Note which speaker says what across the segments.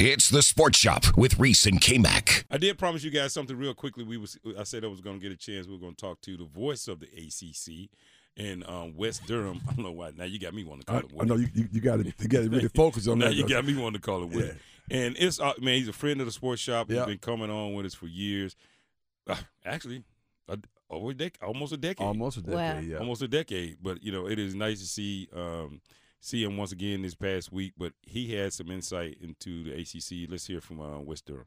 Speaker 1: It's the Sports Shop with Reese and K Mac.
Speaker 2: I did promise you guys something real quickly. We was I said I was going to get a chance. We were going to talk to the voice of the ACC in um, West Durham. I don't know why. Now you got me wanting to call
Speaker 3: I,
Speaker 2: it.
Speaker 3: I
Speaker 2: Woody.
Speaker 3: know you, you, you got to you got to really focus on
Speaker 2: now
Speaker 3: that.
Speaker 2: you
Speaker 3: though.
Speaker 2: got me wanting to call it. Woody. And it's uh, man, he's a friend of the sports shop. He's
Speaker 3: Yeah.
Speaker 2: been coming on with us for years. Uh, actually, a, over a dec- almost a decade.
Speaker 3: Almost a decade.
Speaker 4: Wow.
Speaker 3: Yeah.
Speaker 2: almost a decade. But you know, it is nice to see um, see him once again this past week. But he had some insight into the ACC. Let's hear from uh, West Durham.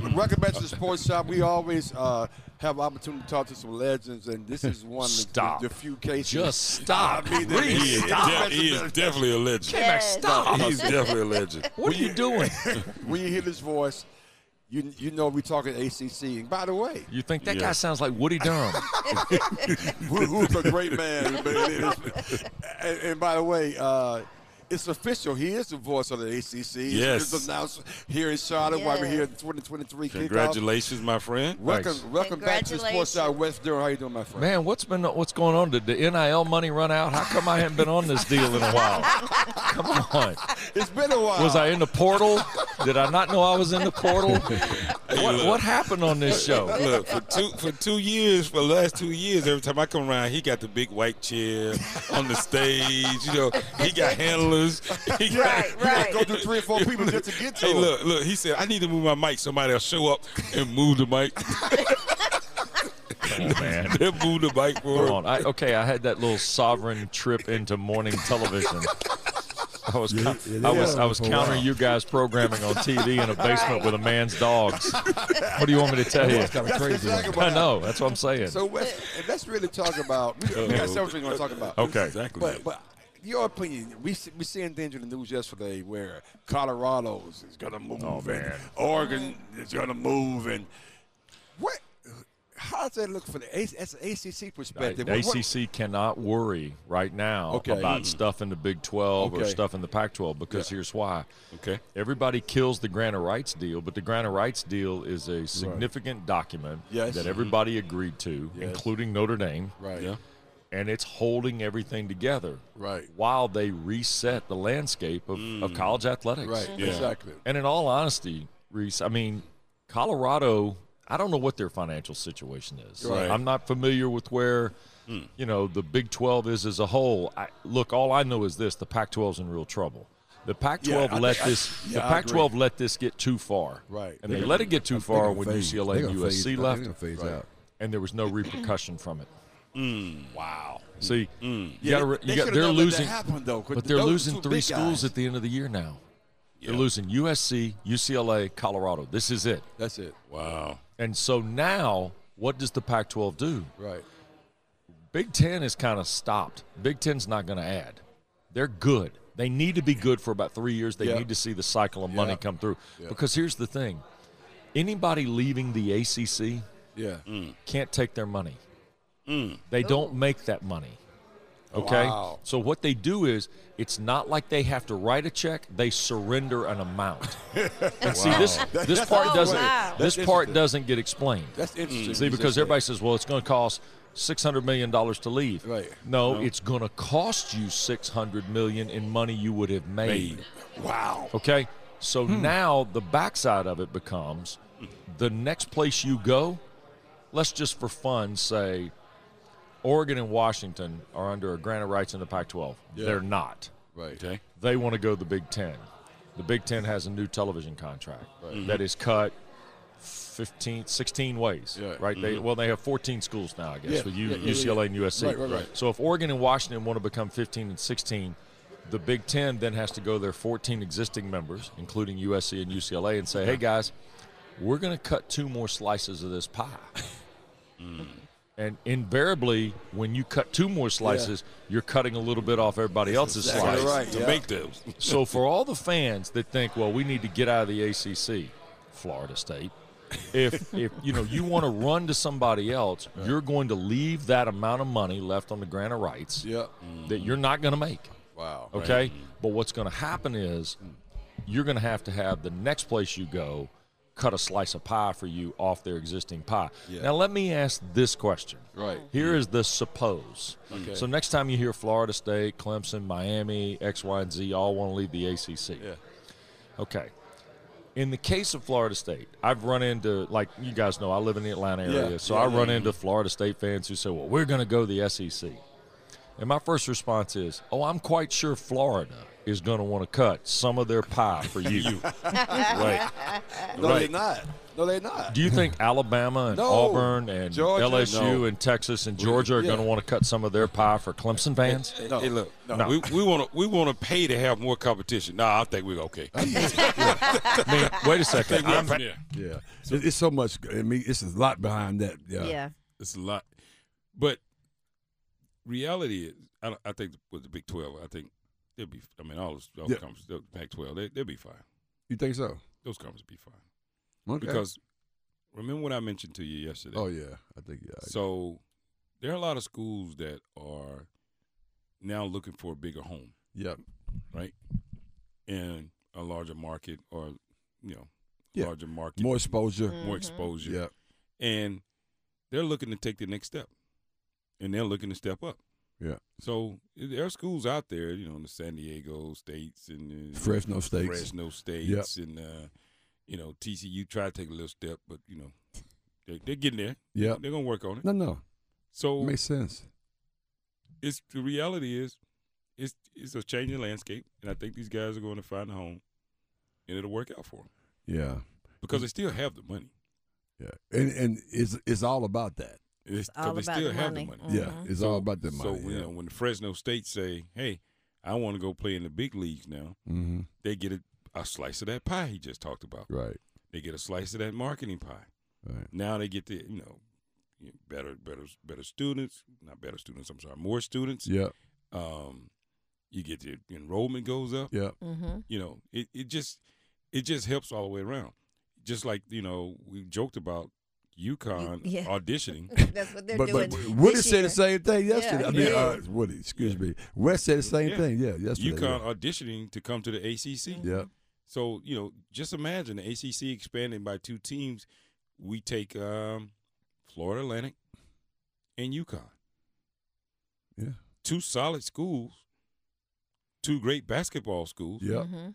Speaker 5: With Record Match the Sports Shop, we always uh, have opportunity to talk to some legends, and this is one of the-
Speaker 6: Stop.
Speaker 5: the, few cases.
Speaker 6: Just stop.
Speaker 5: I mean, that-
Speaker 6: Reed,
Speaker 2: He is,
Speaker 5: it's-
Speaker 6: stop.
Speaker 2: de- he is definitely a legend.
Speaker 6: Stop.
Speaker 2: He's definitely a legend.
Speaker 6: What are you doing?
Speaker 5: When you hear this voice, you you know we're talking ACC. And by the way,
Speaker 6: You think that
Speaker 2: Yeah.
Speaker 6: guy sounds like Woody Durham?
Speaker 5: who- who's a great man. but it is- and, and by the way, uh, it's official. He is the voice of the ACC. It's-
Speaker 2: Yes.
Speaker 5: It's announced here in Charlotte while we're here in 2023 kickoff.
Speaker 2: Congratulations, my friend.
Speaker 5: Welcome, welcome back to the Sports Shop
Speaker 4: Congratulations.
Speaker 5: West Durham. How you doing, my friend?
Speaker 6: Man, what's been what's going on? Did the NIL money run out? How come I haven't been on this deal in a while? Come on.
Speaker 5: It's been a while.
Speaker 6: Was I in the portal? Did I not know I was in the portal? What, what happened on this show?
Speaker 2: Look for two for two years for the last two years. Every time I come around, he got the big white chair on the stage. You know, he got handlers. He got,
Speaker 4: Right, right.
Speaker 5: go through three or four people just to get to
Speaker 2: Hey,
Speaker 5: him.
Speaker 2: look, look. He said, "I need to move my mic. Somebody will show up and move the mic.
Speaker 6: Man.
Speaker 2: They'll move the mic for
Speaker 6: Come
Speaker 2: him."
Speaker 6: on. I, okay, I had that little sovereign trip into morning television. I was,
Speaker 3: Yeah,
Speaker 6: cou-
Speaker 3: it
Speaker 6: I was,
Speaker 3: is.
Speaker 6: I was countering you guys programming on TV in a basement with a man's dogs. What do you want me to tell you?
Speaker 5: That's exactly what
Speaker 6: I know. That's what I'm saying.
Speaker 5: So let's, and let's really talk about. We, we got several things we want to talk about.
Speaker 6: okay.
Speaker 2: Exactly.
Speaker 5: But, but your opinion, we see- we seeing things in the news yesterday where Colorado's is gonna move
Speaker 6: Oh,
Speaker 5: and Oregon is gonna move and what? How does that look for the A- that's an ACC perspective?
Speaker 6: The
Speaker 5: What- what-
Speaker 6: ACC cannot worry right now
Speaker 5: Okay.
Speaker 6: about
Speaker 5: Mm.
Speaker 6: stuff in the Big 12 or
Speaker 5: Okay.
Speaker 6: stuff in the Pac 12 because here's why.
Speaker 2: Okay.
Speaker 6: Everybody kills the grant of rights deal, but the grant of rights deal is a significant document
Speaker 5: Yes.
Speaker 6: that
Speaker 5: Mhm.
Speaker 6: everybody agreed to,
Speaker 5: Yes.
Speaker 6: including Notre Dame,
Speaker 5: Right.
Speaker 2: Yeah.
Speaker 6: and it's holding everything together
Speaker 5: Right. Mm.
Speaker 6: while they reset the landscape of, of college athletics.
Speaker 5: Right.
Speaker 2: Yeah.
Speaker 5: Exactly.
Speaker 6: And in all honesty, Reese, I mean, Colorado, I don't know what their financial situation is.
Speaker 5: Right. Hmm.
Speaker 6: I'm not familiar with where, you know, the Big 12 is as a whole. I, look, all I know is this the Pac 12's in real trouble. The Pac-12
Speaker 5: Yeah, I
Speaker 6: let
Speaker 5: think- I-
Speaker 6: this.
Speaker 5: yeah,
Speaker 6: the
Speaker 5: I
Speaker 6: Pac-12 let this get too far,
Speaker 5: Right.
Speaker 6: And
Speaker 5: They're
Speaker 6: they let it get too far when UCLA and USC left,
Speaker 3: They're gonna phase out.
Speaker 6: and there was no repercussion from it. wow. See, you
Speaker 5: Mm. Yeah,
Speaker 6: gotta, re-
Speaker 5: they
Speaker 6: you got,
Speaker 5: should've
Speaker 6: they're
Speaker 5: never let that
Speaker 6: losing.
Speaker 5: happen, though, 'cause
Speaker 6: but they're
Speaker 5: those are
Speaker 6: losing
Speaker 5: two
Speaker 6: three
Speaker 5: big
Speaker 6: schools
Speaker 5: guys.
Speaker 6: at the end of the year now.
Speaker 2: Yeah.
Speaker 6: They're losing USC, UCLA, Colorado. This is it.
Speaker 5: That's it.
Speaker 2: Wow.
Speaker 6: And so now, what does the Pac-12 do?
Speaker 5: Right.
Speaker 6: Big Ten is kind of stopped. Big Ten's not going to add. They're good. They need to be good for about three years. They
Speaker 5: Yeah.
Speaker 6: need to see the cycle of money
Speaker 5: Yeah.
Speaker 6: come through.
Speaker 5: Yeah.
Speaker 6: Because here's the thing: anybody leaving the ACC
Speaker 5: Yeah.
Speaker 6: Mm. can't take their money. They don't make that money. Okay?
Speaker 5: Wow.
Speaker 6: So what they do is it's not like they have to write a check, they surrender an amount. and see this this part
Speaker 4: Oh,
Speaker 6: doesn't
Speaker 4: wow.
Speaker 6: this
Speaker 5: That's
Speaker 6: part
Speaker 5: interesting.
Speaker 6: doesn't get explained.
Speaker 5: That's interesting.
Speaker 6: See, because everybody says, well, it's going to cost $600 million to leave.
Speaker 5: Right.
Speaker 6: No, it's going to cost you $600 million in money you would have made.
Speaker 2: Made.
Speaker 5: Wow.
Speaker 6: Okay? So now the backside of it becomes the next place you go, let's just for fun say Oregon and Washington are under a grant of rights in the Pac 12. They're not.
Speaker 5: Right.
Speaker 2: Okay.
Speaker 6: They want to go to the Big Ten. The Big Ten has a new television contract
Speaker 5: Mm-hmm.
Speaker 6: that is cut 15, 16 ways.
Speaker 5: Yeah. Mm-hmm.
Speaker 6: Right? They, well, they have 14 schools now, I guess,
Speaker 5: Yeah,
Speaker 6: with U,
Speaker 5: yeah, yeah, yeah.
Speaker 6: UCLA and USC.
Speaker 5: Right, right, right.
Speaker 6: So if Oregon and Washington want to become 15 and 16, the Big Ten then has to go to their 14 existing members, including USC and UCLA, and say, hey, guys, we're going to cut two more slices of this pie. Mm. And invariably, when you cut two more slices, you're cutting a little bit off everybody else's
Speaker 5: exactly
Speaker 6: slice.
Speaker 5: right,
Speaker 2: to
Speaker 5: yeah.
Speaker 2: make those.
Speaker 6: So for all the fans that think, well, we need to get out of the ACC, Florida State. If if you know you want to run to somebody else, you're going to leave that amount of money left on the grant of rights
Speaker 5: Yeah.
Speaker 6: that you're not going to make.
Speaker 5: Wow.
Speaker 6: Mm. Okay, but what's going to happen is you're going to have to have the next place you go cut a slice of pie for you off their existing pie. Now let me ask this question.
Speaker 5: Right.
Speaker 6: Here is the suppose. So next time you hear Florida State, Clemson, Miami, X, Y, and Z all want to leave the ACC.
Speaker 5: Yeah.
Speaker 6: Okay. In the case of Florida State, I've run into like you guys know I live in the Atlanta area,
Speaker 5: Yeah.
Speaker 6: so
Speaker 5: Yeah,
Speaker 6: I
Speaker 5: yeah,
Speaker 6: run into Florida State fans who say, "Well, we're going to go to the SEC," and my first response is, "Oh, I'm quite sure Florida is going to want to cut some of their pie for you." right?
Speaker 5: No, they're
Speaker 6: Right.
Speaker 5: not. No, they're not.
Speaker 6: Do you think Alabama and
Speaker 5: No.
Speaker 6: Auburn and
Speaker 5: Georgia,
Speaker 6: LSU
Speaker 5: no.
Speaker 6: and Texas and Georgia are
Speaker 5: yeah.
Speaker 6: going to want to cut some of their pie for Clemson fans?
Speaker 2: Hey,
Speaker 5: No.
Speaker 2: hey, look,
Speaker 5: No.
Speaker 2: we we want to we want to pay to have more competition. Nah, I think we're okay.
Speaker 6: I mean, wait a second. I'm-
Speaker 2: yeah.
Speaker 3: Yeah, It- it's so much. I mean, it's a lot behind that. Yeah,
Speaker 4: yeah.
Speaker 2: It's a lot, but reality is, I, don't- I think with the Big Twelve, I think they'll be. I mean, all those all
Speaker 3: Yeah.
Speaker 2: conferences, the Pac twelve, they, they'll be fine.
Speaker 3: you think so?
Speaker 2: Those conferences will be fine
Speaker 3: Okay.
Speaker 2: because remember what I mentioned to you yesterday.
Speaker 3: oh yeah, I think yeah.
Speaker 2: so there are a lot of schools that are now looking for a bigger home,
Speaker 3: yeah,
Speaker 2: right, in a larger market or you know
Speaker 3: Yeah.
Speaker 2: larger market,
Speaker 3: more exposure.
Speaker 4: Mm-hmm.
Speaker 2: more exposure,
Speaker 3: Yeah,
Speaker 2: and they're looking to take the next step, and they're looking to step up.
Speaker 3: yeah.
Speaker 2: So there are schools out there, you know, in the San Diego states and uh,
Speaker 3: Fresno State.
Speaker 2: Fresno states, and uh, you know TCU try to take a little step, but you know they, they're getting there.
Speaker 3: Yeah.
Speaker 2: they're gonna work on it.
Speaker 3: No, no,
Speaker 2: So
Speaker 3: makes sense.
Speaker 2: it's the reality is it's it's a changing landscape, and I think these guys are going to find a home, and it'll work out for them
Speaker 3: Yeah,
Speaker 2: because they still have the money.
Speaker 3: yeah. And and it's it's all about that.
Speaker 2: It's, 'cause
Speaker 4: all
Speaker 2: they
Speaker 4: about
Speaker 2: still
Speaker 4: the
Speaker 2: have
Speaker 4: money.
Speaker 2: the money.
Speaker 3: Yeah,
Speaker 4: Mm-hmm.
Speaker 3: it's all about that money.
Speaker 2: So you know when the Fresno State say, "Hey, I want to go play in the big leagues now,"
Speaker 3: mm-hmm.
Speaker 2: they get a, a slice of that pie he just talked about.
Speaker 3: Right,
Speaker 2: They get a slice of that marketing pie.
Speaker 3: right.
Speaker 2: Now they get the you know you know, better better better students, not better students. I'm sorry, more students.
Speaker 3: Yeah,
Speaker 2: Um, you get the enrollment goes up.
Speaker 3: yeah,
Speaker 4: Mm-hmm.
Speaker 2: You know, it, it just it just helps all the way around. Just like you know we joked about UConn
Speaker 4: Yeah.
Speaker 2: auditioning.
Speaker 4: That's what they're
Speaker 3: but
Speaker 4: doing.
Speaker 3: but Woody
Speaker 4: this
Speaker 3: said
Speaker 4: year.
Speaker 3: the same thing yesterday.
Speaker 4: Yeah,
Speaker 3: I
Speaker 4: he
Speaker 3: mean,
Speaker 4: did.
Speaker 3: uh, Woody, excuse me. West said the same
Speaker 2: Yeah. uh,
Speaker 3: thing. Yeah, yesterday.
Speaker 2: UConn auditioning to come to the ACC.
Speaker 3: Yeah, yeah.
Speaker 2: So you know, just imagine the ACC expanding by two teams. We take um, Florida Atlantic and UConn.
Speaker 3: Yeah.
Speaker 2: Two solid schools, two great basketball schools.
Speaker 3: yeah.
Speaker 4: Mhm.
Speaker 3: right.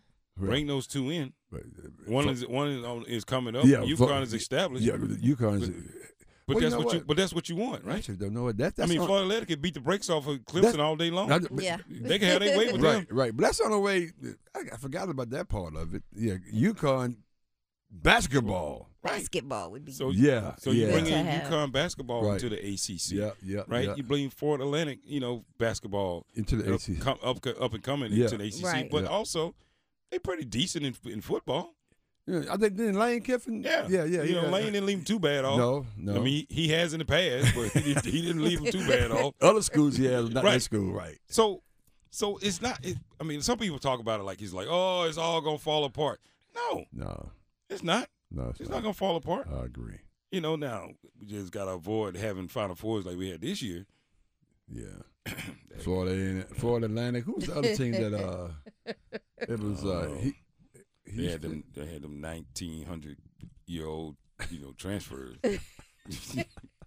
Speaker 2: Bring those two in.
Speaker 3: But-
Speaker 2: One
Speaker 3: Fl-
Speaker 2: is one is, on, is coming up.
Speaker 3: Yeah,
Speaker 2: UConn
Speaker 3: Fl-
Speaker 2: Oh, is established.
Speaker 3: Yeah, UConn's.
Speaker 2: but
Speaker 3: Well, you
Speaker 2: that's
Speaker 3: know
Speaker 2: what, you
Speaker 3: what?
Speaker 2: but that's what you want,
Speaker 3: Right. I
Speaker 2: right?
Speaker 3: actually don't know what that.
Speaker 2: I
Speaker 3: That's
Speaker 2: mean,
Speaker 3: on-
Speaker 2: Florida Atlantic could beat the brakes off of
Speaker 3: That's-
Speaker 2: Clemson all day long.
Speaker 3: I d- but-
Speaker 4: Yeah.
Speaker 2: They can have their way with
Speaker 3: right,
Speaker 2: them.
Speaker 3: right. But that's the only way. I, I forgot about that part of it. Yeah, UConn basketball.
Speaker 4: Basketball would be.
Speaker 2: So
Speaker 3: Yeah,
Speaker 2: so you
Speaker 3: yeah.
Speaker 2: bring
Speaker 4: Good to
Speaker 2: in
Speaker 4: have.
Speaker 2: UConn basketball
Speaker 3: Right.
Speaker 2: into the ACC.
Speaker 3: Yeah, yeah,
Speaker 2: right?
Speaker 3: yeah.
Speaker 2: You bring Florida Atlantic, you know, basketball
Speaker 3: Into the
Speaker 2: up,
Speaker 3: ACC.
Speaker 2: com- up, up and coming
Speaker 3: Yeah.
Speaker 2: into the ACC,
Speaker 4: Right.
Speaker 2: but
Speaker 3: Yeah.
Speaker 2: also they pretty decent in, in football.
Speaker 3: Yeah, I think then Lane Kiffin.
Speaker 2: Yeah,
Speaker 3: yeah, yeah.
Speaker 2: You know,
Speaker 3: yeah.
Speaker 2: Lane didn't leave him too bad off.
Speaker 3: No, no.
Speaker 2: I mean, he, he has in the past, but he, didn't- he didn't leave him too bad off.
Speaker 3: other schools, yeah, not
Speaker 2: Right.
Speaker 3: that school, right?
Speaker 2: So, so it's not. It, I mean, some people talk about it like he's like, oh, it's all gonna fall apart. No,
Speaker 3: No,
Speaker 2: it's not.
Speaker 3: no,
Speaker 2: It's not gonna fall apart.
Speaker 3: I agree.
Speaker 2: You know, now we just gotta avoid having Final Fours like we had this year.
Speaker 3: Yeah, Florida, and- Florida Atlantic. Who was the other team that uh, it was uh, he,
Speaker 2: Oh. They had
Speaker 3: Houston.
Speaker 2: them. They had them nineteen hundred year old, you know, transfers.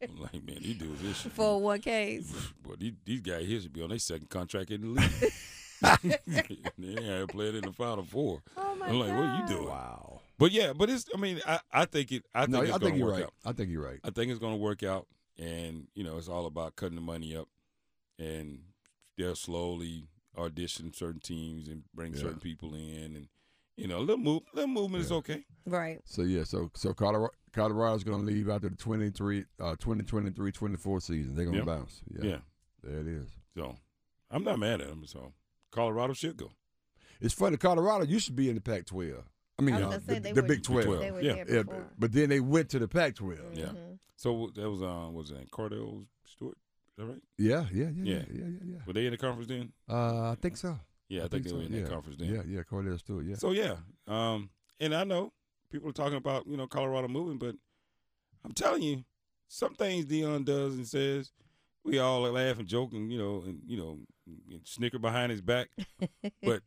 Speaker 2: I'm like, man, these dudes, this should be-
Speaker 4: Four oh one Ks.
Speaker 2: boy, these, these guys here should be on their second contract in the league. they ain't had played in the final four.
Speaker 4: Oh my
Speaker 2: I'm like, what are you doing?
Speaker 3: Wow.
Speaker 2: But yeah, but it's. I mean, I, I think it. I think
Speaker 3: No,
Speaker 2: it's
Speaker 3: I
Speaker 2: gonna
Speaker 3: think you're
Speaker 2: work
Speaker 3: right.
Speaker 2: out.
Speaker 3: I think you're right.
Speaker 2: I think it's gonna work out, and you know, it's all about cutting the money up, and they'll slowly audition certain teams and bring
Speaker 3: Yeah.
Speaker 2: certain people in, and you know, a little move, little movement is okay.
Speaker 4: Right.
Speaker 3: So yeah, so so Colorado, Colorado's going to leave after the 23, uh, 2023, 24 season. They're going to
Speaker 2: Yeah.
Speaker 3: bounce. Yeah,
Speaker 2: yeah.
Speaker 3: there it is.
Speaker 2: So I'm not mad at him. So Colorado should go.
Speaker 3: It's funny. Colorado used to be in the Pac-12. I mean,
Speaker 4: I was
Speaker 3: uh,
Speaker 4: gonna
Speaker 3: the,
Speaker 4: say they
Speaker 3: the
Speaker 4: were-
Speaker 3: Big
Speaker 4: They
Speaker 3: Twelve.
Speaker 4: were
Speaker 2: Oh, Yeah.
Speaker 4: there
Speaker 3: Yeah,
Speaker 4: before.
Speaker 5: Mm-hmm.
Speaker 3: but then they went to the Pac-12.
Speaker 2: Yeah. So that was um, was it Cardell Stewart? Is that right?
Speaker 3: Yeah, yeah, yeah, yeah,
Speaker 2: Yeah.
Speaker 3: yeah, yeah. yeah.
Speaker 2: Were they in the conference then?
Speaker 3: Uh, I think so.
Speaker 2: Yeah, I, think, they were in
Speaker 3: yeah.
Speaker 2: that conference then.
Speaker 3: Yeah, yeah, Cordell Stewart. Yeah,
Speaker 2: So yeah, um, and I know people are talking about you know Colorado moving, but I'm telling you, some things Dion does and says, we all laugh and joke and you know and you know and snicker behind his back, but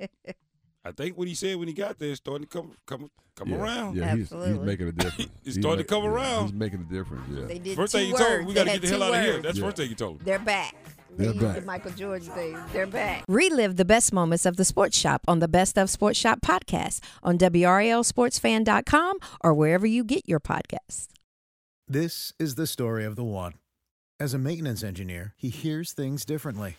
Speaker 2: I think what he said when he got there is starting to come come come
Speaker 3: yeah,
Speaker 2: around.
Speaker 3: Yeah, he's, he's
Speaker 4: Absolutely.
Speaker 3: making a difference.
Speaker 2: It's
Speaker 3: He's
Speaker 2: starting to
Speaker 3: make-
Speaker 2: come
Speaker 3: yeah,
Speaker 2: around.
Speaker 3: He's making a difference. Yeah.
Speaker 4: They did
Speaker 2: First
Speaker 4: two
Speaker 2: thing you
Speaker 4: words.
Speaker 2: told him, we got to
Speaker 4: They
Speaker 2: get the
Speaker 4: had
Speaker 2: hell
Speaker 4: two
Speaker 2: out of here.
Speaker 4: words.
Speaker 2: That's
Speaker 3: Yeah.
Speaker 2: first thing you told him.
Speaker 4: They're back. They
Speaker 3: They're
Speaker 4: used the
Speaker 3: back.
Speaker 4: Michael George thing. They're back.
Speaker 7: Relive the best moments of the Sports Shop on the Best of Sports Shop podcast on WRLSportsFan.com or wherever you get your podcasts.
Speaker 8: This is the story of the one. As a maintenance engineer, he hears things differently.